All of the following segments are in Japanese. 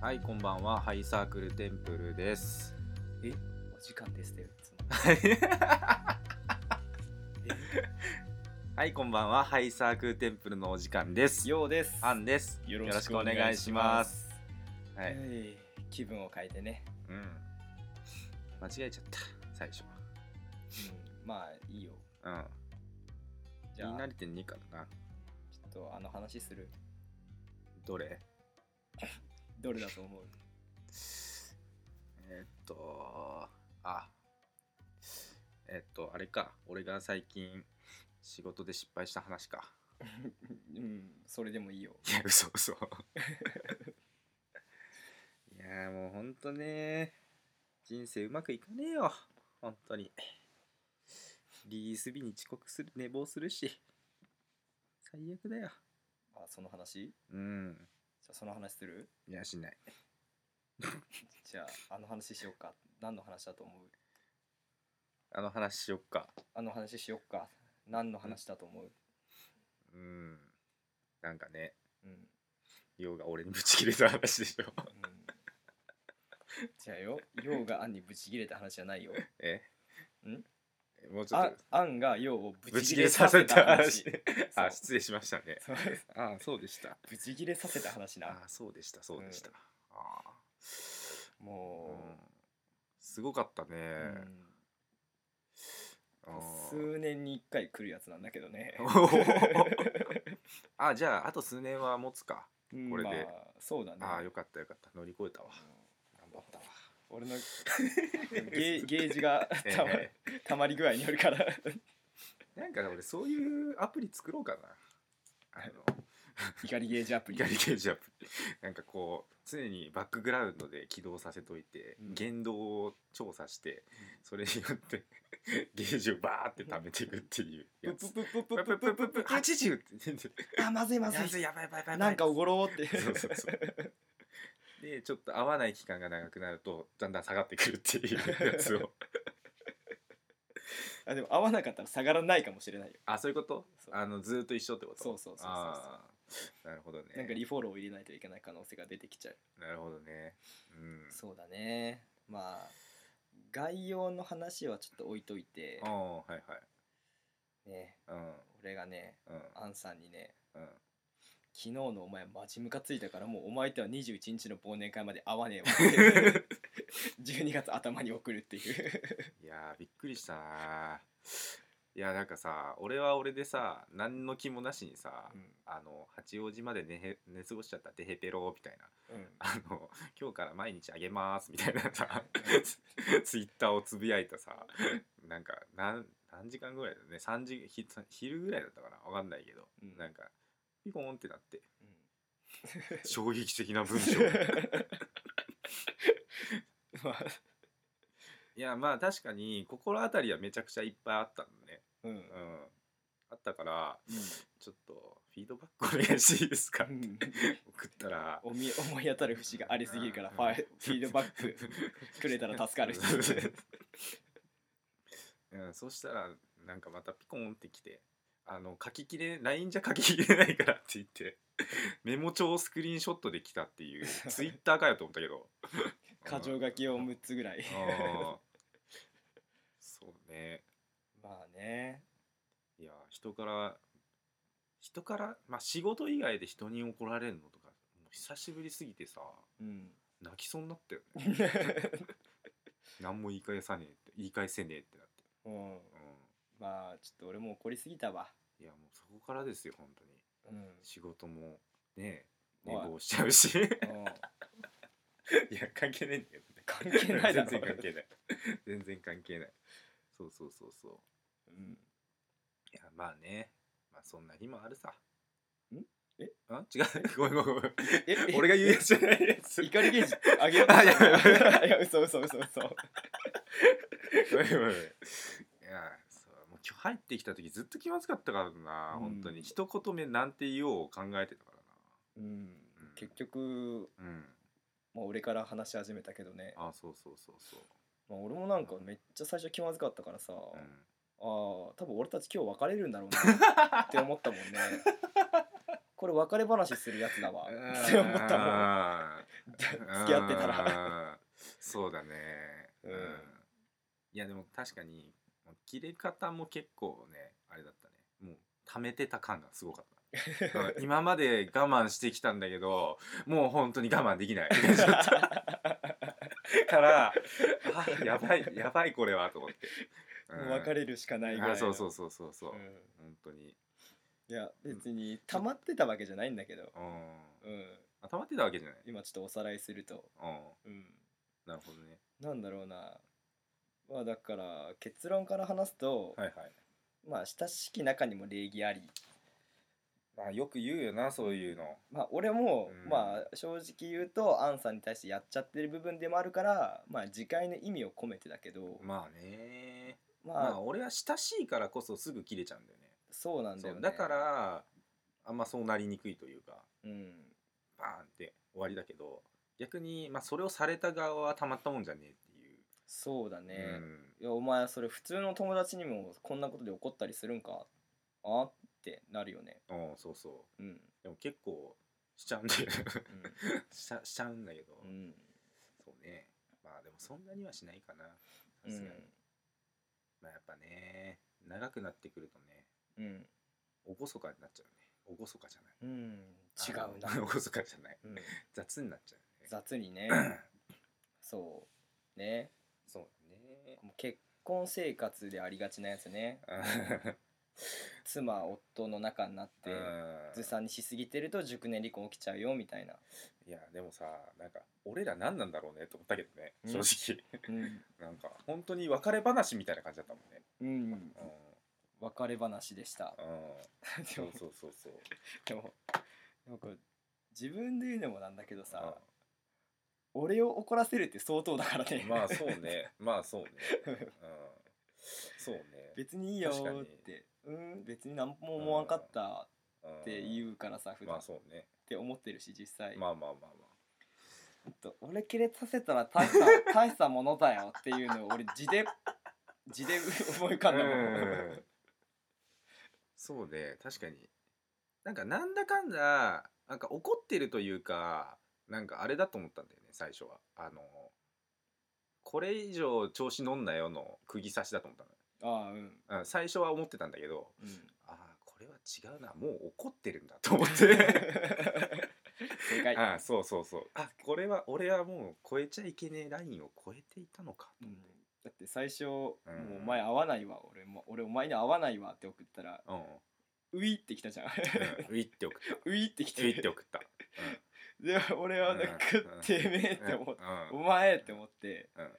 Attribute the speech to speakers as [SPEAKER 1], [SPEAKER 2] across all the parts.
[SPEAKER 1] はい、こんばんは。ハイサークルテンプルです。
[SPEAKER 2] お時間ですっていつも。
[SPEAKER 1] はい、こんばんは。ハイサークルテンプルのお時間です。
[SPEAKER 2] ようです。
[SPEAKER 1] アンです。
[SPEAKER 2] よ
[SPEAKER 1] ろしくお願いします。は。
[SPEAKER 2] はいい。気分を変えてね。
[SPEAKER 1] うん。間違えちゃった。最初。
[SPEAKER 2] うん、まあいいよ。
[SPEAKER 1] うん。
[SPEAKER 2] じ
[SPEAKER 1] 言
[SPEAKER 2] ゃ
[SPEAKER 1] い
[SPEAKER 2] あ
[SPEAKER 1] 慣
[SPEAKER 2] ち
[SPEAKER 1] れて2かな。
[SPEAKER 2] ょっとあの話する。
[SPEAKER 1] どれ
[SPEAKER 2] どれだと思う？
[SPEAKER 1] えーっと、あ、えーっと、あれか、俺が最近仕事で失敗した話か。
[SPEAKER 2] うん、それでもいいよ。
[SPEAKER 1] いや、 嘘 嘘。いやー、もうほんとね、人生うまくいかねえよ、ほんとに。リリース日に遅刻する、寝坊するし、最悪だよ。
[SPEAKER 2] あ、その話？じ
[SPEAKER 1] うん、
[SPEAKER 2] ゃあその話する？
[SPEAKER 1] いや、しない。
[SPEAKER 2] じゃああの話しようか。何の話だと思う？
[SPEAKER 1] あの話しよっか。
[SPEAKER 2] あの話しよっか。何の話だと思う？
[SPEAKER 1] うん、なんかね、
[SPEAKER 2] うん。うん、
[SPEAKER 1] ようが俺にぶち切れた話でしょ。
[SPEAKER 2] じゃあよ、ようがアンにブチ切れた話じゃないよ。
[SPEAKER 1] え
[SPEAKER 2] ん
[SPEAKER 1] もうちょ
[SPEAKER 2] あ
[SPEAKER 1] っ
[SPEAKER 2] アンがようを
[SPEAKER 1] と
[SPEAKER 2] ブ
[SPEAKER 1] ぶち
[SPEAKER 2] チ切
[SPEAKER 1] 切
[SPEAKER 2] れ
[SPEAKER 1] れさ
[SPEAKER 2] させ
[SPEAKER 1] せ
[SPEAKER 2] た
[SPEAKER 1] た
[SPEAKER 2] 話
[SPEAKER 1] 話。
[SPEAKER 2] そう
[SPEAKER 1] あ失礼しましたね
[SPEAKER 2] そう
[SPEAKER 1] あそうでした
[SPEAKER 2] ブチ切れさせた話な
[SPEAKER 1] あそうでしたそうでした、
[SPEAKER 2] うん
[SPEAKER 1] あーうん
[SPEAKER 2] も
[SPEAKER 1] すごかったね
[SPEAKER 2] う、、
[SPEAKER 1] あ
[SPEAKER 2] うん
[SPEAKER 1] ー
[SPEAKER 2] 数年に1回来るやつなんだけどね
[SPEAKER 1] おー あじゃああと数年は持つか、
[SPEAKER 2] うん
[SPEAKER 1] これで
[SPEAKER 2] まあ、そうだね
[SPEAKER 1] ああよかったよかった乗り越えたわ頑張ったわ
[SPEAKER 2] 俺のゲーゲージが
[SPEAKER 1] え
[SPEAKER 2] たま,、
[SPEAKER 1] え
[SPEAKER 2] たまり具合によるから
[SPEAKER 1] なんか俺そういうアプリ作ろうかなあの
[SPEAKER 2] 怒りゲージアプリ
[SPEAKER 1] ガリケージアップなんかこう常にバックグラウンドで起動させといて、
[SPEAKER 2] うん
[SPEAKER 1] 言動を調査してそれによって ゲージをバーって貯めていくっていう
[SPEAKER 2] プ
[SPEAKER 1] や
[SPEAKER 2] ッ
[SPEAKER 1] つ。
[SPEAKER 2] プップ
[SPEAKER 1] プ
[SPEAKER 2] ップップ
[SPEAKER 1] プ
[SPEAKER 2] ップッ
[SPEAKER 1] ププ
[SPEAKER 2] プップ
[SPEAKER 1] プ
[SPEAKER 2] ップッ
[SPEAKER 1] 80って全然
[SPEAKER 2] あまずいま
[SPEAKER 1] や
[SPEAKER 2] ず
[SPEAKER 1] ばい
[SPEAKER 2] い
[SPEAKER 1] やばいやばいやばい
[SPEAKER 2] なんかおごろうって
[SPEAKER 1] そうそうそうでちょっと合わない期間が長くなるとだんだん下がってくるっていうやつを
[SPEAKER 2] あでも合わなかったら下がらないかもしれないよ
[SPEAKER 1] あそういうこと
[SPEAKER 2] そう
[SPEAKER 1] あのずーっと一緒ってこと
[SPEAKER 2] そうそうそうそうそう
[SPEAKER 1] あーなるほどね
[SPEAKER 2] なんかリフォローを入れないといけない可能性が出てきちゃう
[SPEAKER 1] なるほどねうん
[SPEAKER 2] そうだねまあ概要の話はちょっと置いといて
[SPEAKER 1] あ、あはいはい
[SPEAKER 2] ね、
[SPEAKER 1] うん
[SPEAKER 2] 俺がね
[SPEAKER 1] うん
[SPEAKER 2] アンさんにね
[SPEAKER 1] うん
[SPEAKER 2] 昨日のお前マジムカついたからもうお前とは21日の忘年会まで会わ ねえわって12月頭に送るっていう
[SPEAKER 1] いやーびっくりしたなーいやなんかさ俺は俺でさ何の気もなしにさ、あの八王子まで寝へ寝過ごしちゃったてへペロみたいな
[SPEAKER 2] うん、うん
[SPEAKER 1] あの今日から毎日あげますみたいなさ
[SPEAKER 2] うん
[SPEAKER 1] ツイッターをつぶやいたさなんか何何時間ぐらいだね3時ひ昼ぐらいだったかな分かんないけど、
[SPEAKER 2] うん
[SPEAKER 1] なんかピコーンってなって
[SPEAKER 2] うん
[SPEAKER 1] 衝撃的な文章
[SPEAKER 2] まあ
[SPEAKER 1] いやまあ確かに心当たりはめちゃくちゃいっぱいあったのね
[SPEAKER 2] うんうん
[SPEAKER 1] うんあったからちょっとフィードバックお願いしていいですか、
[SPEAKER 2] うん
[SPEAKER 1] 送ったら
[SPEAKER 2] おみ思い当たる節がありすぎるからファイフィードバッ クくれたら助かる
[SPEAKER 1] うん、そしたらなんかまたピコンってきて「あの書ききれ LINE じゃ書ききれないから」って言ってメモ帳をスクリーンショットできたって いうツイッターかよと思ったけど
[SPEAKER 2] 箇条書きを6つぐらい
[SPEAKER 1] あーそうね
[SPEAKER 2] まあね
[SPEAKER 1] いや人から人からまあ仕事以外で人に怒られるのとかもう久しぶりすぎてさ
[SPEAKER 2] うん
[SPEAKER 1] 泣きそうになったよね何も言い返さねえって言い返せねえってなって
[SPEAKER 2] うん
[SPEAKER 1] う
[SPEAKER 2] まあちょっと俺も怒りすぎたわ
[SPEAKER 1] んいやもうそこからですよ本当に
[SPEAKER 2] うん
[SPEAKER 1] 仕事もね
[SPEAKER 2] お
[SPEAKER 1] 寝
[SPEAKER 2] い
[SPEAKER 1] 坊しちゃうしい
[SPEAKER 2] うん
[SPEAKER 1] や関係 ないんだよね
[SPEAKER 2] 関係ないだろ
[SPEAKER 1] 全然関係ない全然関係ないそうそうそうそう
[SPEAKER 2] うん
[SPEAKER 1] いやまあねまあそんな日もあるさ
[SPEAKER 2] んえ
[SPEAKER 1] あ違うごめんごめんごめん
[SPEAKER 2] ええ
[SPEAKER 1] 俺が言うやつじゃないやつ
[SPEAKER 2] 怒りゲージあげようと
[SPEAKER 1] あい
[SPEAKER 2] し
[SPEAKER 1] や
[SPEAKER 2] たのいや嘘嘘嘘嘘
[SPEAKER 1] ごめんごめんいやそうもう今日入ってきた時ずっと気まずかったからな、
[SPEAKER 2] うん
[SPEAKER 1] 本当に一言目なんて言おうを考えてたか
[SPEAKER 2] うん結局
[SPEAKER 1] らなうん
[SPEAKER 2] まあ俺から話し始めたけどね、
[SPEAKER 1] あそうそうそうそう
[SPEAKER 2] まあ、俺もなんかめっちゃ最初気まずかったからさ、
[SPEAKER 1] う
[SPEAKER 2] あ
[SPEAKER 1] ん
[SPEAKER 2] あ多分俺たち今日別れるんだ ろうなって思ったもんねこれ別れ話するやつだわって思ったもん
[SPEAKER 1] あー
[SPEAKER 2] 付き合ってたら
[SPEAKER 1] らそうだね
[SPEAKER 2] うん
[SPEAKER 1] いやでも確かにもう切れ方も結構ねあれだったねもう溜めてた感がすごかった うん今まで我慢してきたんだけどもう本当に我慢でき ないからあやばいやばいこれはと思って、
[SPEAKER 2] もう別
[SPEAKER 1] る
[SPEAKER 2] れるしかないぐらいの
[SPEAKER 1] あそうそうそうそうそう、
[SPEAKER 2] うん
[SPEAKER 1] 本当に
[SPEAKER 2] いや別に溜まってたわけじゃないんだけど、
[SPEAKER 1] うん
[SPEAKER 2] うん、
[SPEAKER 1] あ溜まってたわけじゃない
[SPEAKER 2] 今ちょっとおさらいすると、
[SPEAKER 1] うん
[SPEAKER 2] うん、
[SPEAKER 1] なるほどね
[SPEAKER 2] なんだろうなまあだから結論から話すと、
[SPEAKER 1] はいはい
[SPEAKER 2] まあ親しき中にも礼儀あり
[SPEAKER 1] まあよく言うよなそういうの
[SPEAKER 2] まあ俺も、
[SPEAKER 1] うん
[SPEAKER 2] まあ正直言うとアンさんに対してやっちゃってる部分でもあるからまあ自戒の意味を込めてだけど、
[SPEAKER 1] まあね
[SPEAKER 2] まあ、
[SPEAKER 1] まあ俺は親しいからこそすぐ切れちゃうんだよね
[SPEAKER 2] そうなんだよ
[SPEAKER 1] そ
[SPEAKER 2] ね
[SPEAKER 1] うだか、らあんまそうなりにくいというか
[SPEAKER 2] うん、
[SPEAKER 1] バーンって終わりだけど逆に、まあ、それをされた側はたまったもんじゃねえっていう、
[SPEAKER 2] そうだね、
[SPEAKER 1] うん
[SPEAKER 2] いやお前それ普通の友達にもこんなことで怒ったりするんかあってなるよね
[SPEAKER 1] うんそうそ
[SPEAKER 2] うん
[SPEAKER 1] うでも結構しちゃうんだよ しちゃしちゃうんだけど、
[SPEAKER 2] うん、うん
[SPEAKER 1] そうねまあでもそんなにはしないかな
[SPEAKER 2] う
[SPEAKER 1] さすがに、
[SPEAKER 2] ん
[SPEAKER 1] まあやっぱね長くなってくるとね
[SPEAKER 2] うん、
[SPEAKER 1] 厳かになっちゃうね厳かじゃない
[SPEAKER 2] うん、違う な
[SPEAKER 1] あ、の厳かじゃない
[SPEAKER 2] うん、
[SPEAKER 1] 雑になっちゃうね
[SPEAKER 2] 雑にね そうね
[SPEAKER 1] そうだね
[SPEAKER 2] もう結婚生活でありがちなやつね
[SPEAKER 1] っ
[SPEAKER 2] 妻夫の仲になってずさんにしすぎてると熟年離婚起きちゃうよみたいな、
[SPEAKER 1] いやでもさなんか俺ら何なんだろうねと思ったけどね
[SPEAKER 2] うん
[SPEAKER 1] 正
[SPEAKER 2] うん
[SPEAKER 1] 直 なんか本当に別れ話みたいな感じだったもんね
[SPEAKER 2] うん、
[SPEAKER 1] う
[SPEAKER 2] 別れ話でした
[SPEAKER 1] ん、うん、
[SPEAKER 2] で
[SPEAKER 1] そう
[SPEAKER 2] も
[SPEAKER 1] そうそうそう
[SPEAKER 2] でもなんか自分で言うのもなんだけどさ、
[SPEAKER 1] さ
[SPEAKER 2] 俺を怒らせるって相当だからね
[SPEAKER 1] まあそうねまあそうねうんそうね
[SPEAKER 2] 別にいいよ
[SPEAKER 1] 確かに
[SPEAKER 2] ーってうん別に何も思わんかった
[SPEAKER 1] うん
[SPEAKER 2] って言うからさ普段
[SPEAKER 1] まあ
[SPEAKER 2] っ
[SPEAKER 1] そうね
[SPEAKER 2] て思ってるし実際、
[SPEAKER 1] まあまあまあ
[SPEAKER 2] ちょっと俺キレさせたら大し た大したものだよっていうのを俺字で字で思い浮
[SPEAKER 1] ま
[SPEAKER 2] か
[SPEAKER 1] あ
[SPEAKER 2] んだもん、
[SPEAKER 1] うんそうね確かになんかなんだかんだなんか怒ってるというかなんかあれだと思ったんだよね最初はあのこれ以上調子乗んなよの釘刺しだと思った
[SPEAKER 2] ああうん
[SPEAKER 1] の、うん、最初は思ってたんだけど
[SPEAKER 2] うん
[SPEAKER 1] ああこれは違うなもう怒ってるんだと思って
[SPEAKER 2] 正解
[SPEAKER 1] ああそうそうそうあこれは俺はもう超えちゃいけねえラインを超えていたのか
[SPEAKER 2] う
[SPEAKER 1] と
[SPEAKER 2] んだって最初、もうお前
[SPEAKER 1] うん
[SPEAKER 2] 合わないわ俺も俺お前に合わないわって送ったら
[SPEAKER 1] 思っ
[SPEAKER 2] ういってきたじゃん
[SPEAKER 1] て、うんうん、ウィって送った
[SPEAKER 2] ういってきて
[SPEAKER 1] ウィって送った、うん
[SPEAKER 2] で俺はなんか
[SPEAKER 1] うん
[SPEAKER 2] てめえって思ってお
[SPEAKER 1] う
[SPEAKER 2] 前って思って
[SPEAKER 1] んうん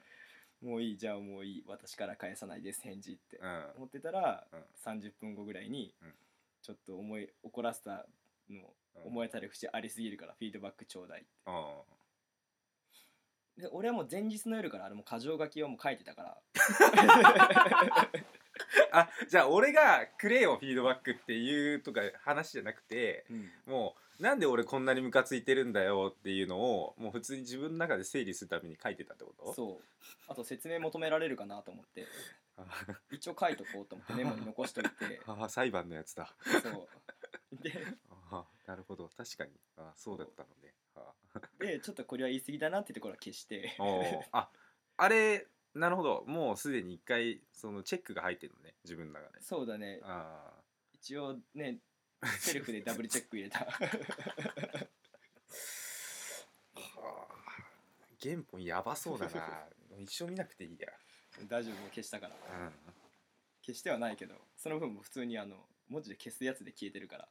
[SPEAKER 2] もういいじゃあもういい私から返さないです返事って
[SPEAKER 1] うんうん
[SPEAKER 2] 思ってたら
[SPEAKER 1] うん
[SPEAKER 2] 30分後ぐらいに
[SPEAKER 1] うん
[SPEAKER 2] ちょっと思い怒らせたの思い当たる節ありすぎるからフィードバックちょうだいって
[SPEAKER 1] うん
[SPEAKER 2] で俺はもう前日の夜からあれも箇条書きをもう書いてたから
[SPEAKER 1] あじゃあ俺が「くれよフィードバック」っていうとか話じゃなくて
[SPEAKER 2] うん
[SPEAKER 1] もうなんで俺こんなにムカついてるんだよっていうのをもう普通に自分の中で整理するために書いてたってこと
[SPEAKER 2] そうあと説明求められるかなと思って
[SPEAKER 1] あ
[SPEAKER 2] 一応書いとこうと思ってメモに残しといて
[SPEAKER 1] あ裁判のやつだ
[SPEAKER 2] そうで
[SPEAKER 1] ああなるほど確かにあそうだったのねあ
[SPEAKER 2] でちょっとこれは言い過ぎだなってところは消して
[SPEAKER 1] あおーああれなるほどもうすでに一回そのチェックが入ってるのね自分の中で
[SPEAKER 2] そうだね
[SPEAKER 1] ああ
[SPEAKER 2] 一応ねセルフでダブルチェック入れた
[SPEAKER 1] はあ原本やばそうだな 一生見なくていいや、
[SPEAKER 2] 大丈夫もう消したから消してはないけどその分も普通にあの文字で消すやつで消えてるから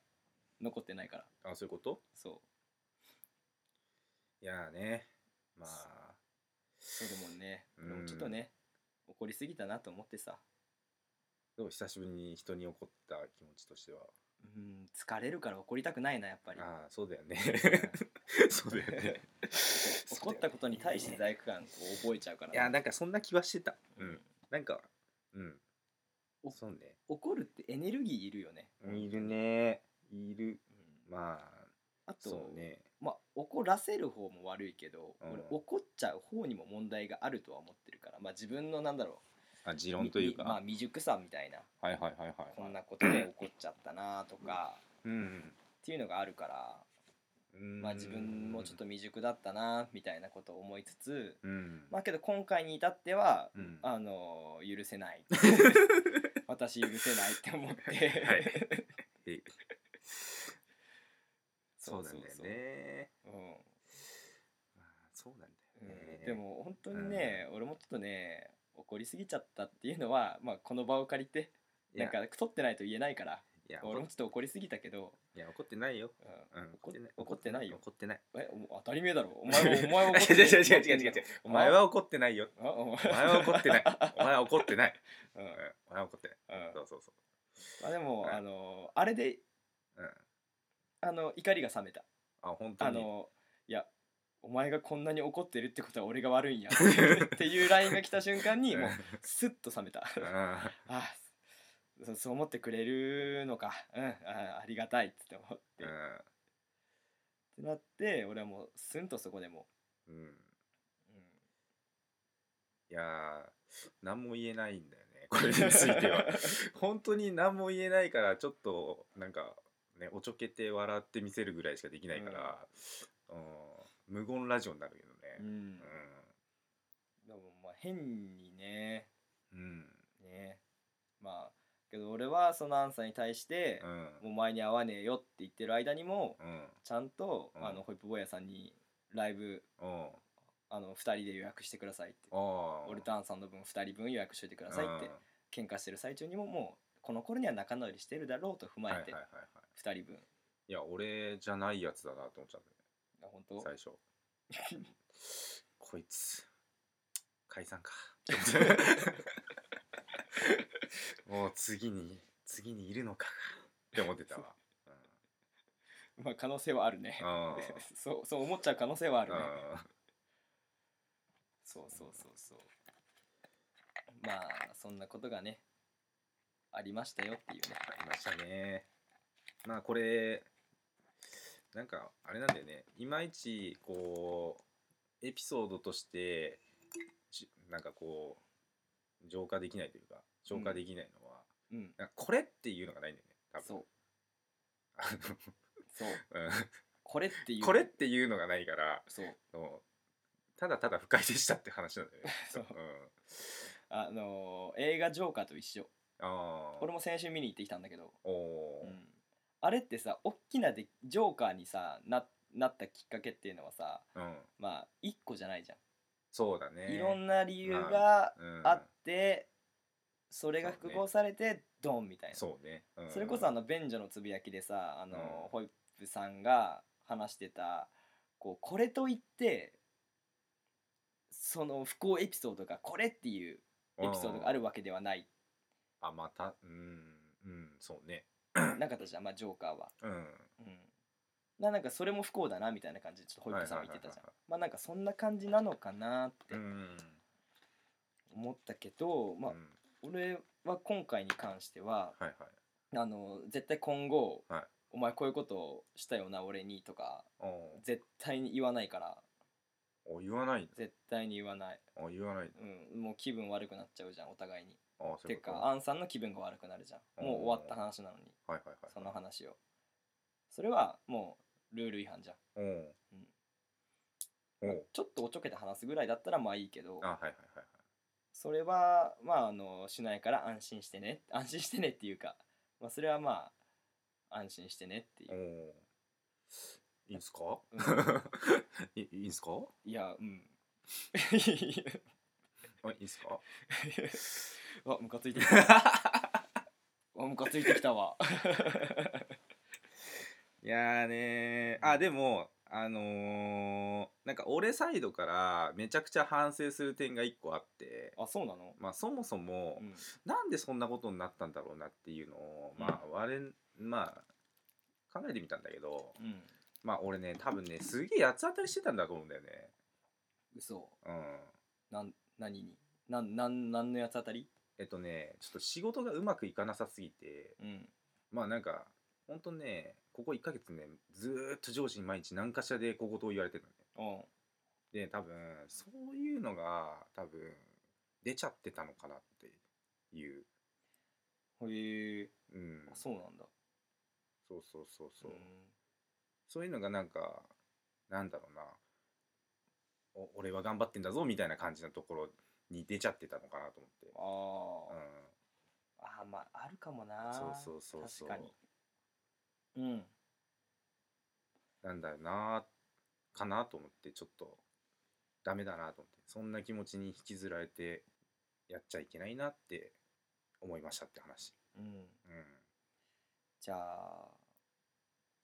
[SPEAKER 2] 残ってないから
[SPEAKER 1] あそういうこと
[SPEAKER 2] そう
[SPEAKER 1] いやーねまあ
[SPEAKER 2] そうでもね
[SPEAKER 1] うん
[SPEAKER 2] 俺もちょっとね怒りすぎたなと思ってさ
[SPEAKER 1] どう久しぶりに人に怒った気持ちとしては
[SPEAKER 2] うん疲れるから怒りたくないなやっぱり
[SPEAKER 1] ああそうだよね
[SPEAKER 2] う ん
[SPEAKER 1] そうだよね
[SPEAKER 2] 怒ったことに対して罪悪感こう覚えちゃうから
[SPEAKER 1] いやなんかそんな気はしてたう
[SPEAKER 2] うんん
[SPEAKER 1] なんかうん
[SPEAKER 2] お
[SPEAKER 1] そうね
[SPEAKER 2] 怒るってエネルギーいるよね
[SPEAKER 1] いるねいる
[SPEAKER 2] うん
[SPEAKER 1] まあ
[SPEAKER 2] あと
[SPEAKER 1] そうね
[SPEAKER 2] まあ怒らせる方も悪いけど
[SPEAKER 1] うん
[SPEAKER 2] 俺怒っちゃう方にも問題があるとは思ってるからまあ自分のなんだろ
[SPEAKER 1] あ持
[SPEAKER 2] う
[SPEAKER 1] 論という
[SPEAKER 2] みまあ
[SPEAKER 1] か、
[SPEAKER 2] 未熟さみたいな
[SPEAKER 1] はいはいはいはい
[SPEAKER 2] こんなことで怒っちゃったなとか
[SPEAKER 1] うん
[SPEAKER 2] っていうのがあるからまあ、自分もちょっと未熟だったなみたいなことを思いつつ、
[SPEAKER 1] うん
[SPEAKER 2] まあ、けど今回に至っては、
[SPEAKER 1] うん
[SPEAKER 2] あのー許せない 私許せないって思って、
[SPEAKER 1] はいえそうなんだよね
[SPEAKER 2] うん
[SPEAKER 1] まあそうなん
[SPEAKER 2] うん
[SPEAKER 1] だよね、
[SPEAKER 2] でも本当にね、俺もちょっとね怒りすぎちゃったっていうのは、まあ、この場を借りて
[SPEAKER 1] い
[SPEAKER 2] な
[SPEAKER 1] や
[SPEAKER 2] んか取ってないと言えないから
[SPEAKER 1] いや
[SPEAKER 2] 俺
[SPEAKER 1] 怒
[SPEAKER 2] も
[SPEAKER 1] っ
[SPEAKER 2] ちょっと怒りすぎたけど、
[SPEAKER 1] いや怒ってないよ、
[SPEAKER 2] うん
[SPEAKER 1] うん、
[SPEAKER 2] 怒っ怒ってないよ
[SPEAKER 1] 怒 ってない
[SPEAKER 2] えお当たり前だろお前 はお前は怒っ
[SPEAKER 1] 違う
[SPEAKER 2] て
[SPEAKER 1] 違う違う違う違うお前は怒って ないよ
[SPEAKER 2] あお前
[SPEAKER 1] お前は怒って ないお前は怒ってない、
[SPEAKER 2] うんう
[SPEAKER 1] うんん、お前は怒ってないそうそうそ
[SPEAKER 2] まあでも、
[SPEAKER 1] うん
[SPEAKER 2] あのあれで
[SPEAKER 1] う、うん、
[SPEAKER 2] あの怒りが冷めた
[SPEAKER 1] あ本当に
[SPEAKER 2] あのいやお前がこんなに怒ってるってことは俺が悪 いんやっていうラインが来た瞬間にもうスッと冷めた
[SPEAKER 1] うん
[SPEAKER 2] あそそう思ってくれるのかうんあありがたいっつって思って、
[SPEAKER 1] う
[SPEAKER 2] っ
[SPEAKER 1] ん
[SPEAKER 2] てなって俺はもうスンとそこでも
[SPEAKER 1] うん
[SPEAKER 2] う、
[SPEAKER 1] いやー何も言えないんだよねこれについて は本当に何も言えないからちょっとなんかねおちょけて笑ってみせるぐらいしかできないから、うん無言ラジオになるけど
[SPEAKER 2] う
[SPEAKER 1] ね
[SPEAKER 2] ん、でもまあ変にね
[SPEAKER 1] うんうん
[SPEAKER 2] ねまあけど俺はそのアンさんに対して
[SPEAKER 1] う、ん
[SPEAKER 2] もうお前に合わねえよって言ってる間にも
[SPEAKER 1] うん
[SPEAKER 2] ちゃんと、
[SPEAKER 1] うん
[SPEAKER 2] あのホイップ坊やさんにライブ
[SPEAKER 1] うん
[SPEAKER 2] あの2人で予約してくださいって
[SPEAKER 1] あ
[SPEAKER 2] 俺とアンさんの分2人分予約しといてくださいって喧嘩してる最中にももうこの頃には仲直りしてるだろうと踏
[SPEAKER 1] うん
[SPEAKER 2] ま
[SPEAKER 1] はいは
[SPEAKER 2] え
[SPEAKER 1] いはい
[SPEAKER 2] て
[SPEAKER 1] はい
[SPEAKER 2] 2人分、
[SPEAKER 1] いや俺じゃないやつだなと思っちゃった
[SPEAKER 2] あ本当
[SPEAKER 1] 最初こいつ解散か もう次に次にいるのかって思ってたわ、
[SPEAKER 2] まあ可能性はあるね
[SPEAKER 1] うん
[SPEAKER 2] そうそう思っちゃう可能性はある
[SPEAKER 1] う
[SPEAKER 2] ね
[SPEAKER 1] ん
[SPEAKER 2] そうそうそうそうまあそんなことがねありましたよっていうね
[SPEAKER 1] ありましたねまあこれなんかあれなんだよねいまいちこうエピソードとしてじなんかこう浄化できないというか消化できないのは、
[SPEAKER 2] うん
[SPEAKER 1] なんかこれっていうのがないんだよね多分
[SPEAKER 2] そう
[SPEAKER 1] あ
[SPEAKER 2] そう
[SPEAKER 1] の、うん
[SPEAKER 2] これっていう
[SPEAKER 1] これっていうのがないから
[SPEAKER 2] そう
[SPEAKER 1] もうただただ不快でしたって話なんだよね、
[SPEAKER 2] そうんあのー映画「ジョーカー」と一緒
[SPEAKER 1] あ
[SPEAKER 2] 俺
[SPEAKER 1] も
[SPEAKER 2] も先週見に行ってきたんだけど、
[SPEAKER 1] お
[SPEAKER 2] う
[SPEAKER 1] お
[SPEAKER 2] ん、あれってさおっきなでジョーカーにさななったきっかけっていうのはさ
[SPEAKER 1] ー、うん
[SPEAKER 2] まあ一個じゃないじゃん、
[SPEAKER 1] そうだね
[SPEAKER 2] いろんな理由
[SPEAKER 1] ま
[SPEAKER 2] が
[SPEAKER 1] うん
[SPEAKER 2] あって、それが複合されてドンみたいなそ,、
[SPEAKER 1] そうね、うん
[SPEAKER 2] れこそあの便所のつぶやきでさあのー、
[SPEAKER 1] うん
[SPEAKER 2] ホイップさんが話してたこうこれといってその不幸エピソードがこれっていうエピソードがあ
[SPEAKER 1] る
[SPEAKER 2] るわけではない
[SPEAKER 1] あまたうんうんそうね
[SPEAKER 2] なかったじゃん、まあ、ジョーカーは。
[SPEAKER 1] うん
[SPEAKER 2] うん、ななんかそれも不幸だなみたいな感じでちょっと保育さんも言ってた
[SPEAKER 1] はい
[SPEAKER 2] じ
[SPEAKER 1] はいはい
[SPEAKER 2] ゃん
[SPEAKER 1] は
[SPEAKER 2] まあなんかそんな感じなのかなって
[SPEAKER 1] うん
[SPEAKER 2] 思ったけど、まあ
[SPEAKER 1] うん
[SPEAKER 2] 俺は今回に関しては
[SPEAKER 1] はいはい
[SPEAKER 2] あの絶対今後、
[SPEAKER 1] はい
[SPEAKER 2] お前こういうことをしたよな俺に」とか
[SPEAKER 1] おー
[SPEAKER 2] 絶対に言わないから
[SPEAKER 1] お言わないんだ
[SPEAKER 2] 絶対に言わない、
[SPEAKER 1] お言わないんだ
[SPEAKER 2] うん、もう気分悪くなっちゃうじゃんお互いに。
[SPEAKER 1] あーそうい
[SPEAKER 2] て
[SPEAKER 1] うこと
[SPEAKER 2] かアンさんの気分が悪くなるじゃんもう終わった話なのに
[SPEAKER 1] はいはいはい
[SPEAKER 2] その話をそれはもうルール違反じゃん
[SPEAKER 1] おー
[SPEAKER 2] うん
[SPEAKER 1] おー
[SPEAKER 2] ちょっとおちょけて話すぐらいだったらまあいいけど
[SPEAKER 1] あはいはいはいはい
[SPEAKER 2] それはまああのしないから安心してね 安心してねっていうか、まあ、それはまあ安心してねってい
[SPEAKER 1] お
[SPEAKER 2] う、
[SPEAKER 1] お。いいんすか？
[SPEAKER 2] う
[SPEAKER 1] いいいんすか？
[SPEAKER 2] いや うん
[SPEAKER 1] あいいんすか？
[SPEAKER 2] あムカついてきた あムカついてきたわ
[SPEAKER 1] いやーねーあでもあのーなんか俺サイドからめちゃくちゃ反省する点が一個あって。
[SPEAKER 2] あそうなの、
[SPEAKER 1] まあ、そもそも、
[SPEAKER 2] うん、
[SPEAKER 1] なんでそんなことになったんだろうなっていうのを、まあ我まあ考えてみたんだけど
[SPEAKER 2] うん、
[SPEAKER 1] まあ俺ね多分ねすげえ八つ当たりしてたんだと思うんだよね
[SPEAKER 2] 嘘
[SPEAKER 1] うん
[SPEAKER 2] なん何になんなんなんのやつ当たり
[SPEAKER 1] えっとねちょっと仕事がうまくいかなさすぎて
[SPEAKER 2] うん
[SPEAKER 1] まあなんか本当ねここ1ヶ月ねずーっと上司に毎日何かしらで小言を言われてるのね
[SPEAKER 2] うん
[SPEAKER 1] で多分そういうのが多分出ちゃってたのかなっていう、
[SPEAKER 2] へえ
[SPEAKER 1] うん、
[SPEAKER 2] そうなんだ
[SPEAKER 1] そうそうそうそう、
[SPEAKER 2] うん
[SPEAKER 1] そういうのがなんかなんだろうなお俺は頑張ってんだぞみたいな感じのところに出ちゃってたのかなと思って、
[SPEAKER 2] あ
[SPEAKER 1] うん、
[SPEAKER 2] ー、あーまああるかもな
[SPEAKER 1] そうそうそうそう
[SPEAKER 2] 確かにうん
[SPEAKER 1] なんだよなかなと思ってちょっとダメだなと思ってそんな気持ちに引きずられてやっちゃいけないなって思いましたって話
[SPEAKER 2] うん
[SPEAKER 1] うん
[SPEAKER 2] じゃあ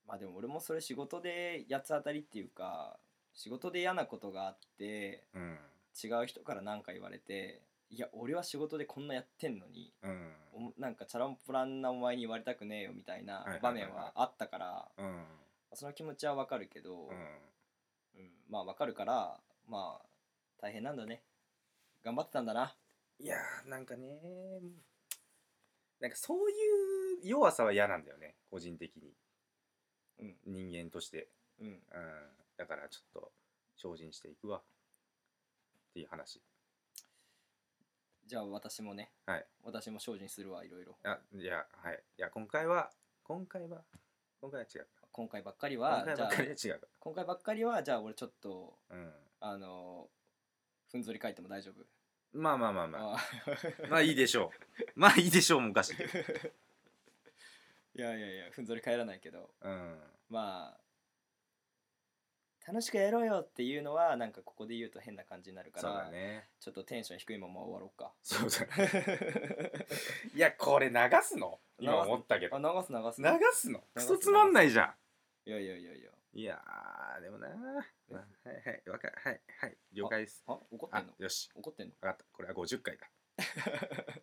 [SPEAKER 2] まあでも俺もそれ仕事で八つ当たりっていうか仕事で嫌なことがあって
[SPEAKER 1] うん
[SPEAKER 2] 違う人から何か言われていや俺は仕事でこんなやってんのに
[SPEAKER 1] うん
[SPEAKER 2] おなんかチャランポランなお前に言われたくねえよみたい
[SPEAKER 1] はいはいはいは
[SPEAKER 2] ない場面はあったから
[SPEAKER 1] うん
[SPEAKER 2] その気持ちはわかるけど、
[SPEAKER 1] うん
[SPEAKER 2] うんまあわかるからまあ大変なんだね頑張ってたんだない
[SPEAKER 1] やーなんかねなんかそういう弱さは嫌なんだよね個人的に
[SPEAKER 2] うん
[SPEAKER 1] 人間として、
[SPEAKER 2] うん
[SPEAKER 1] うん、だからちょっと精進していくわっていう話
[SPEAKER 2] じゃあ私もね、
[SPEAKER 1] はい
[SPEAKER 2] 私も精進するわいろいろ
[SPEAKER 1] あいやはいいや今回は今回は今回は違う
[SPEAKER 2] 今回ばっかり
[SPEAKER 1] 今
[SPEAKER 2] は
[SPEAKER 1] 回
[SPEAKER 2] じ
[SPEAKER 1] ば
[SPEAKER 2] ゃ
[SPEAKER 1] っ
[SPEAKER 2] あ
[SPEAKER 1] かりは違う
[SPEAKER 2] 今回ばっかりはじゃあ俺ちょっと
[SPEAKER 1] うん
[SPEAKER 2] あのふんぞり返っても大丈夫
[SPEAKER 1] まあまあまあまあ
[SPEAKER 2] あ
[SPEAKER 1] まあいいでしょうまあいいでしょう昔
[SPEAKER 2] ーいやいやいやふんぞり返らないけど
[SPEAKER 1] うん
[SPEAKER 2] まあ楽しくやろうよっていうのはなんかここで言うと変な感じになるか
[SPEAKER 1] そうだ
[SPEAKER 2] ら、
[SPEAKER 1] ね
[SPEAKER 2] ちょっとテンション低いまま終わろう か
[SPEAKER 1] そうだねいやこれ流すの今思ったけ
[SPEAKER 2] あ
[SPEAKER 1] ど
[SPEAKER 2] 流す流す
[SPEAKER 1] 流すのクソつまんないじゃ
[SPEAKER 2] いやいやいやいや
[SPEAKER 1] んいやーでもなー、まあはいはいわかはいはい了解です
[SPEAKER 2] あ怒って
[SPEAKER 1] あ
[SPEAKER 2] んの
[SPEAKER 1] よし
[SPEAKER 2] 怒ってんの
[SPEAKER 1] 分かったこれは50回だ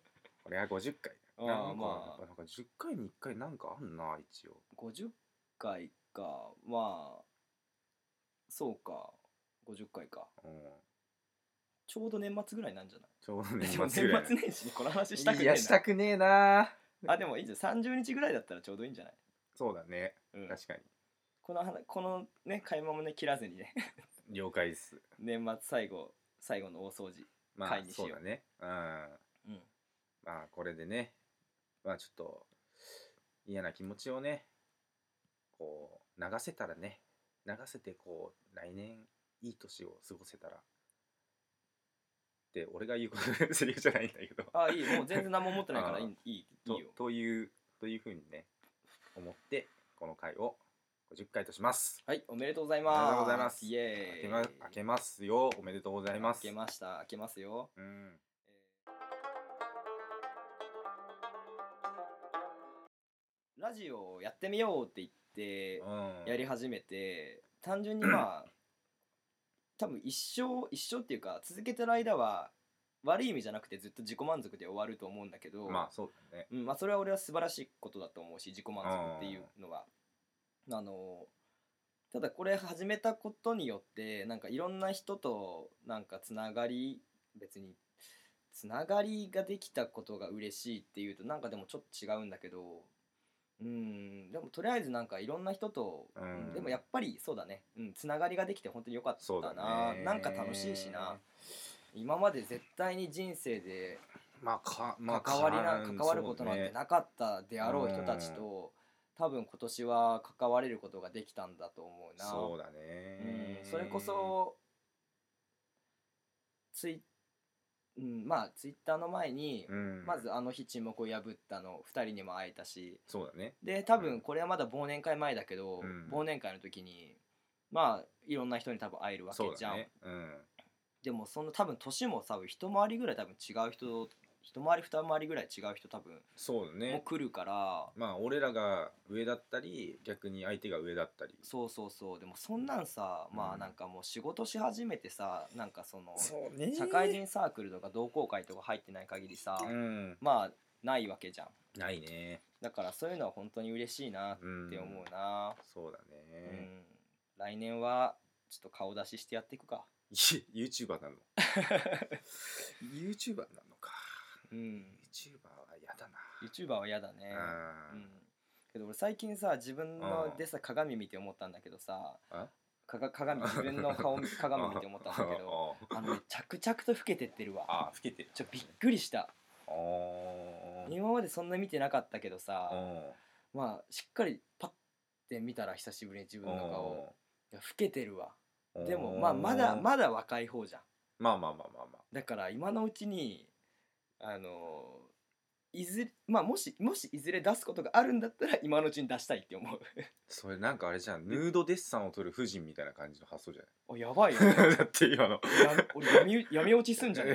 [SPEAKER 1] これは50回
[SPEAKER 2] あー
[SPEAKER 1] だなんか
[SPEAKER 2] まあ
[SPEAKER 1] なんか10回に1回なんかあんな一応
[SPEAKER 2] 50回かまあそうか50回か
[SPEAKER 1] うん
[SPEAKER 2] ちょうど年末ぐらいなんじゃない
[SPEAKER 1] ちょうど
[SPEAKER 2] で
[SPEAKER 1] 年
[SPEAKER 2] も
[SPEAKER 1] 末ぐら
[SPEAKER 2] 年
[SPEAKER 1] い
[SPEAKER 2] 末年始にこの話したく
[SPEAKER 1] い
[SPEAKER 2] ね
[SPEAKER 1] やした
[SPEAKER 2] え
[SPEAKER 1] くねえな
[SPEAKER 2] なあでもいいじゃん30日ぐらいだったらちょうどいいんじゃない、
[SPEAKER 1] そうだね
[SPEAKER 2] うん、
[SPEAKER 1] 確か
[SPEAKER 2] この話このね買い物もね切らずにね
[SPEAKER 1] に了解です
[SPEAKER 2] 年末最後最後の大掃除
[SPEAKER 1] まあ
[SPEAKER 2] 会にしよ
[SPEAKER 1] そううだねうん
[SPEAKER 2] うん
[SPEAKER 1] まあこれでねまあちょっと嫌な気持ちをねこう流せたらね流せてこう来年いい年を過ごせたらって俺が言うことのセリフじゃないんだけど
[SPEAKER 2] ああいいよもう全然何も持ってないからい
[SPEAKER 1] あ
[SPEAKER 2] いいいい
[SPEAKER 1] と
[SPEAKER 2] いよ
[SPEAKER 1] というというふうにね思ってこの回を50回とします。
[SPEAKER 2] はいおめでとうございます
[SPEAKER 1] おめでとうございます
[SPEAKER 2] イエーイ
[SPEAKER 1] 開けま開けますよおめでとうございます。
[SPEAKER 2] 開けました開けますよ
[SPEAKER 1] うん
[SPEAKER 2] ラジオをやってみようって言って
[SPEAKER 1] うん
[SPEAKER 2] やり始めて単純にまあ多分一生一生っていうか続けてる間は悪い意味じゃなくてずっと自己満足で終わると思うんだけど、
[SPEAKER 1] まあそうだね。
[SPEAKER 2] うんまあ、それは俺は素晴らしいことだと思うし自己満足っていうのは。あのただこれ始めたことによってなんかいろんな人となんかつながり別につながりができたことが嬉しいっていうとなんかでもちょっと違うんだけどうんでもとりあえずなんかいろんな人と、
[SPEAKER 1] うん
[SPEAKER 2] うんでもやっぱりそうだね、うん、つながりができて本当に良かった
[SPEAKER 1] そうだ
[SPEAKER 2] な、
[SPEAKER 1] ね。
[SPEAKER 2] なんか楽しいしな今まで絶対に人生で
[SPEAKER 1] まあか、まあ、
[SPEAKER 2] 関わりな
[SPEAKER 1] か
[SPEAKER 2] 関わることなんてなかったであろう人たちと多分今年は関われることができたんだと思うな
[SPEAKER 1] そうだ
[SPEAKER 2] うん
[SPEAKER 1] ね、
[SPEAKER 2] それこそツイ,、うん、まあツイッターの前に、
[SPEAKER 1] うん、
[SPEAKER 2] まずあの日沈黙を破ったの2人にも会えたし
[SPEAKER 1] そうだね
[SPEAKER 2] で多分これはまだ忘年会前だけど、
[SPEAKER 1] うん
[SPEAKER 2] 忘年会の時にまあいろんな人に多分会えるわけ
[SPEAKER 1] そう
[SPEAKER 2] じゃ
[SPEAKER 1] だ
[SPEAKER 2] ん、
[SPEAKER 1] ねうん
[SPEAKER 2] でもその多分年もさ一回りぐらい多分違う人一回り二回りぐらい違う人多分
[SPEAKER 1] そうだ
[SPEAKER 2] もう
[SPEAKER 1] ね
[SPEAKER 2] 来るから、
[SPEAKER 1] まあ俺らが上だったり逆に相手が上だったり
[SPEAKER 2] そうそうそうでもそんなんさ、ま
[SPEAKER 1] う
[SPEAKER 2] あ
[SPEAKER 1] ん
[SPEAKER 2] なんかもう仕事し始めてさなんかその
[SPEAKER 1] うね
[SPEAKER 2] 社会人サークルとか同好会とか入ってない限りさ、
[SPEAKER 1] うん
[SPEAKER 2] まあないわけじゃん
[SPEAKER 1] ないね
[SPEAKER 2] だからそういうのは本当に嬉しいなっ
[SPEAKER 1] うん
[SPEAKER 2] て思うな、
[SPEAKER 1] そうだ
[SPEAKER 2] うん
[SPEAKER 1] ね、
[SPEAKER 2] 来年はちょっと顔出ししてやっていくか
[SPEAKER 1] ユ YouTuber なの YouTuber なのか
[SPEAKER 2] うん
[SPEAKER 1] YouTuber はやだな
[SPEAKER 2] YouTuber は嫌だね
[SPEAKER 1] あー
[SPEAKER 2] うんけど俺最近さ自分の
[SPEAKER 1] うん
[SPEAKER 2] でさ鏡見て思ったんだけどさ
[SPEAKER 1] あ
[SPEAKER 2] かが鏡自分の顔見鏡見て思ったん だけどあのね着々と老けてってるわ
[SPEAKER 1] ああ老けてる
[SPEAKER 2] ちょびっくりした
[SPEAKER 1] あー
[SPEAKER 2] 今までそんな見てなかったけどさ
[SPEAKER 1] うん
[SPEAKER 2] まあしっかりパッてみたら久しぶりに自分の顔を
[SPEAKER 1] う
[SPEAKER 2] いや老けてるわ
[SPEAKER 1] ん
[SPEAKER 2] でもまあまだまだ若い方じゃん
[SPEAKER 1] まあまあまあまあまあ
[SPEAKER 2] だから今のうちにあのいずれまあもしもしいずれ出すことがあるんだったら今のうちに出したいって思う
[SPEAKER 1] それなんかあれじゃんヌードデッサンを撮る夫人みたいな感じの発想じゃ
[SPEAKER 2] あやばいよ、
[SPEAKER 1] な
[SPEAKER 2] ね、
[SPEAKER 1] いだって今の
[SPEAKER 2] や俺闇闇落ちす んじゃね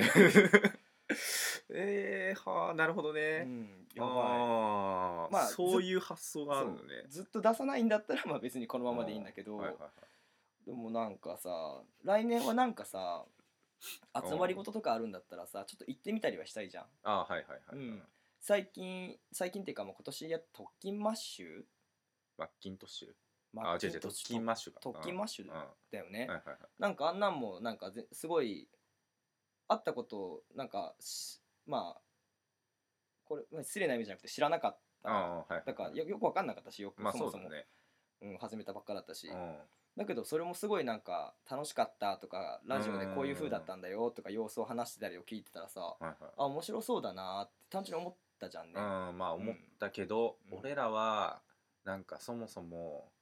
[SPEAKER 1] えー、はあなるほど
[SPEAKER 2] え
[SPEAKER 1] ね、
[SPEAKER 2] うんやばい
[SPEAKER 1] ああ、
[SPEAKER 2] まあ
[SPEAKER 1] そういう発想があるのね
[SPEAKER 2] そうずっと出さないんだったらまあ別にこのままでいいんだけど、
[SPEAKER 1] はいはいはい
[SPEAKER 2] でもなんかさ来年はなんかさ
[SPEAKER 1] ん
[SPEAKER 2] 集まり事とかあるんだったらさちょっと行ってみたりはしたいじゃん
[SPEAKER 1] あーはいはいはい、
[SPEAKER 2] うん最近最近っていうかもう今年や特勤マッシュ
[SPEAKER 1] マッキントッシュ
[SPEAKER 2] マ
[SPEAKER 1] あ
[SPEAKER 2] ッ
[SPEAKER 1] 違
[SPEAKER 2] キ
[SPEAKER 1] う違う
[SPEAKER 2] ント
[SPEAKER 1] 特
[SPEAKER 2] ッシュ
[SPEAKER 1] 勤マッシュか
[SPEAKER 2] 特勤マッシュ
[SPEAKER 1] うんうんはい
[SPEAKER 2] だよね、
[SPEAKER 1] はいはい
[SPEAKER 2] なんかあんなんもなんかぜすごいあったことをなんかしまあこれまあ失礼な意味じゃなくて知らなかっ
[SPEAKER 1] あ
[SPEAKER 2] た
[SPEAKER 1] あはいはいはい
[SPEAKER 2] だからよよく分かんなかったしよく、
[SPEAKER 1] まあ
[SPEAKER 2] そ
[SPEAKER 1] そ
[SPEAKER 2] も
[SPEAKER 1] う
[SPEAKER 2] そ
[SPEAKER 1] だ
[SPEAKER 2] も、
[SPEAKER 1] ね
[SPEAKER 2] うん、始めたばっかだったし、
[SPEAKER 1] うん
[SPEAKER 2] だけどそれもすごいなんか楽しかったとかラジオでこういう風だったんだよとか様子を話してたりを聞いてたらさ
[SPEAKER 1] はい
[SPEAKER 2] あ面白そうだなーって単純に思ったじゃん
[SPEAKER 1] は
[SPEAKER 2] ね。
[SPEAKER 1] いうんまあ思ったけど、
[SPEAKER 2] うん
[SPEAKER 1] 俺らはなんかそもそも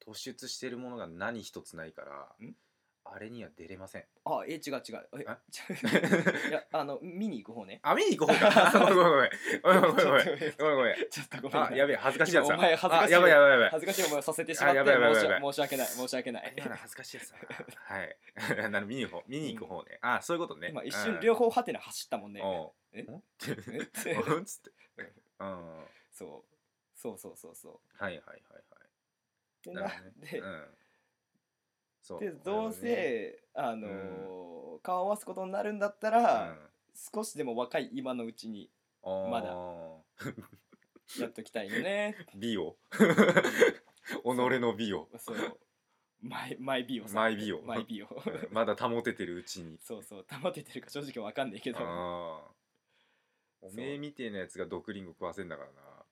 [SPEAKER 1] 突出してるものが何一つないから
[SPEAKER 2] ん
[SPEAKER 1] あれには出れません
[SPEAKER 2] あえ違う違うえ
[SPEAKER 1] あ
[SPEAKER 2] いやあの見に行く方ね。
[SPEAKER 1] あ見に行こうか ごめんごめん ごめんごめんごめんごめんごめんごめん
[SPEAKER 2] ちょっとごめんな
[SPEAKER 1] あやべえ恥ずかしいやつだ
[SPEAKER 2] 今お前恥ずかしい
[SPEAKER 1] あやべえやべえやべえ
[SPEAKER 2] 恥ずかしい思いをさせてしまって
[SPEAKER 1] あやばいやばいやばい
[SPEAKER 2] 申し
[SPEAKER 1] やばい
[SPEAKER 2] 申し訳ない申し訳ない
[SPEAKER 1] 今の恥ずかしいやつだなはい なる見に行こう見に行く方ね、あそういうこと ね
[SPEAKER 2] 今一瞬両方ハテナ走ったもんね
[SPEAKER 1] 方
[SPEAKER 2] え
[SPEAKER 1] うんって
[SPEAKER 2] えって
[SPEAKER 1] うん つってうんはい
[SPEAKER 2] そうそうそうそうそう
[SPEAKER 1] はいはいはい
[SPEAKER 2] で
[SPEAKER 1] な
[SPEAKER 2] な
[SPEAKER 1] るほどね
[SPEAKER 2] で
[SPEAKER 1] うんそう
[SPEAKER 2] でどうせあのー顔を合わすことになるんだった
[SPEAKER 1] 俺
[SPEAKER 2] ら
[SPEAKER 1] はね
[SPEAKER 2] 少しでも若い今のうちに
[SPEAKER 1] うん
[SPEAKER 2] まだ
[SPEAKER 1] あー
[SPEAKER 2] やっときたい よね
[SPEAKER 1] 美を己の美を
[SPEAKER 2] そうマイマイビオさん
[SPEAKER 1] マイビオ
[SPEAKER 2] マイビオ
[SPEAKER 1] うんまだ保ててるうちに
[SPEAKER 2] そうそう保ててるか正直わかんないけど
[SPEAKER 1] ああ
[SPEAKER 2] そう
[SPEAKER 1] おめえみてえなやつが毒リンゴ食わせんだからな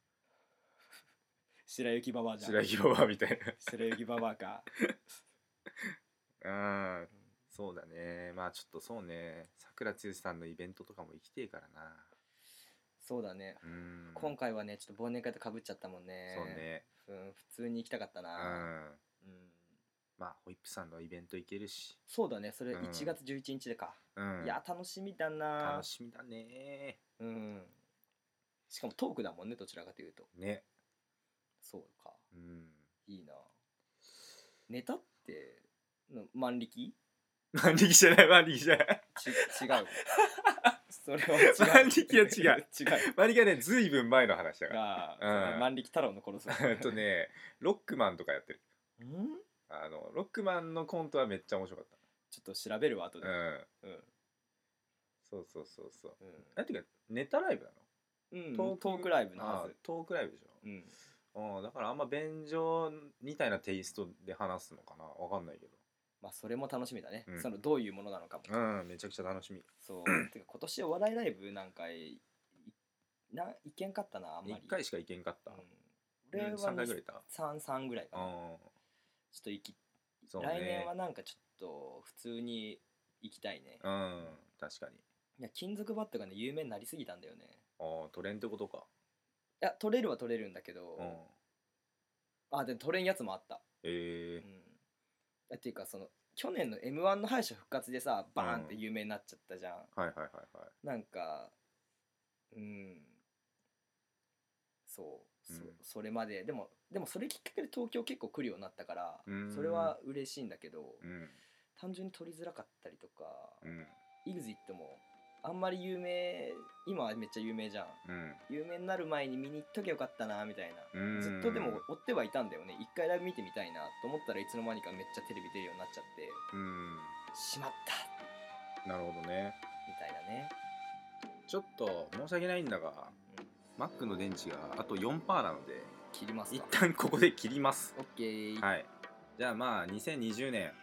[SPEAKER 2] 白雪ババアじゃ
[SPEAKER 1] 白
[SPEAKER 2] ん
[SPEAKER 1] 木ババアみたい
[SPEAKER 2] 白雪ババ アか
[SPEAKER 1] なうんそうだねまあちょっとそうねさくらつよしさんのイベントとかも行きてえからな
[SPEAKER 2] そうだね
[SPEAKER 1] うん
[SPEAKER 2] 今回はねちょっと忘年会とかぶっちゃったもんね
[SPEAKER 1] そうね
[SPEAKER 2] うん、普通に行きたかった
[SPEAKER 1] う
[SPEAKER 2] な、
[SPEAKER 1] ん
[SPEAKER 2] うん
[SPEAKER 1] まあホイップさんのイベント行けるし
[SPEAKER 2] そうだねそれ
[SPEAKER 1] うん
[SPEAKER 2] 1月11日でか、
[SPEAKER 1] うん
[SPEAKER 2] いや楽しみだな
[SPEAKER 1] 楽しみだね
[SPEAKER 2] うんしかもトークだもんねどちらかというと
[SPEAKER 1] ね
[SPEAKER 2] そうか
[SPEAKER 1] うん
[SPEAKER 2] いいなネタっての万力
[SPEAKER 1] 万力じゃない万力じゃない
[SPEAKER 2] ち違うそれは違う
[SPEAKER 1] 万力は違う
[SPEAKER 2] 違う
[SPEAKER 1] 万力はねずいぶん前の話だから
[SPEAKER 2] が、
[SPEAKER 1] うん
[SPEAKER 2] 万力太郎の頃さ
[SPEAKER 1] えっとねロックマンとかやってる
[SPEAKER 2] うん
[SPEAKER 1] あのロックマンのコントはめっちゃ面白かっ
[SPEAKER 2] ちょっと調べるわ後
[SPEAKER 1] た
[SPEAKER 2] で
[SPEAKER 1] うん
[SPEAKER 2] うん
[SPEAKER 1] そうそうそうそう
[SPEAKER 2] う
[SPEAKER 1] なんていうかネタライブなの
[SPEAKER 2] ん、うん、
[SPEAKER 1] トー
[SPEAKER 2] ト
[SPEAKER 1] ク
[SPEAKER 2] ークライブの
[SPEAKER 1] あ
[SPEAKER 2] は
[SPEAKER 1] ー
[SPEAKER 2] ず
[SPEAKER 1] トークライブでしょ
[SPEAKER 2] うん
[SPEAKER 1] うん、だからあんま便乗みたいなテイストで話すのかなわかんないけ
[SPEAKER 2] まあそれも楽しみだね、
[SPEAKER 1] うん
[SPEAKER 2] そのどういうものなのかも
[SPEAKER 1] どうんめちゃくちゃ楽しみ
[SPEAKER 2] そう。てか今年お笑いライブなんかいな行けんかったなあんまり。
[SPEAKER 1] 1回しか行けんかった、
[SPEAKER 2] うん、俺は
[SPEAKER 1] 3回ぐらいいた
[SPEAKER 2] 三三ぐらいかな。ちょ
[SPEAKER 1] あ
[SPEAKER 2] っと行き、
[SPEAKER 1] そうね
[SPEAKER 2] 来年はなんかちょっと普通に行きたいね。
[SPEAKER 1] あうん確かに
[SPEAKER 2] いや金属バットがね有名になりすぎたんだよね。
[SPEAKER 1] ああトレンってことか
[SPEAKER 2] いや取れるは取れるんだけど、
[SPEAKER 1] うん
[SPEAKER 2] あでも取れんやつもあった。う
[SPEAKER 1] え
[SPEAKER 2] ん。あっていうかその去年の M1 の敗者復活でさバーンって有名になっちゃったじゃん。
[SPEAKER 1] ー、はいはいはいはい
[SPEAKER 2] なんかうんそう、そ
[SPEAKER 1] うん
[SPEAKER 2] それまででもでもそれきっかけで東京結構来るようになったから
[SPEAKER 1] うん
[SPEAKER 2] それは嬉しいんだけど
[SPEAKER 1] うん
[SPEAKER 2] 単純に撮りづらかったりとか
[SPEAKER 1] うん
[SPEAKER 2] EXIT もあんまり有名今はめっちゃ有名じゃん
[SPEAKER 1] うん
[SPEAKER 2] 有名になる前に見に行っときゃよかったなみたいな
[SPEAKER 1] うん
[SPEAKER 2] ずっとでも追ってはいたんだよね一回ライブ見てみたいなと思ったらいつの間にかめっちゃテレビ出るようになっちゃって
[SPEAKER 1] うん
[SPEAKER 2] しまった
[SPEAKER 1] なるほどね
[SPEAKER 2] みたいなね、
[SPEAKER 1] ちょっと申し訳ないんだが
[SPEAKER 2] うん、
[SPEAKER 1] マックの電池があと4%なので
[SPEAKER 2] 切ります
[SPEAKER 1] 一
[SPEAKER 2] か
[SPEAKER 1] 旦ここで切ります
[SPEAKER 2] オッケー
[SPEAKER 1] はいじゃあまあ2020年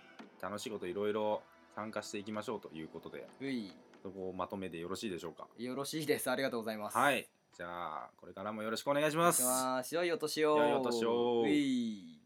[SPEAKER 1] 楽しいこといろいろ参加していきましょうということで
[SPEAKER 2] うい
[SPEAKER 1] そこをまとめでよろしいでしょうか
[SPEAKER 2] よろしいです。ありがとうございます。
[SPEAKER 1] はいじゃあこれからもよろしくお願いし
[SPEAKER 2] お願
[SPEAKER 1] ま
[SPEAKER 2] いし
[SPEAKER 1] す
[SPEAKER 2] ます。良いお年を。
[SPEAKER 1] 良いお年を
[SPEAKER 2] うい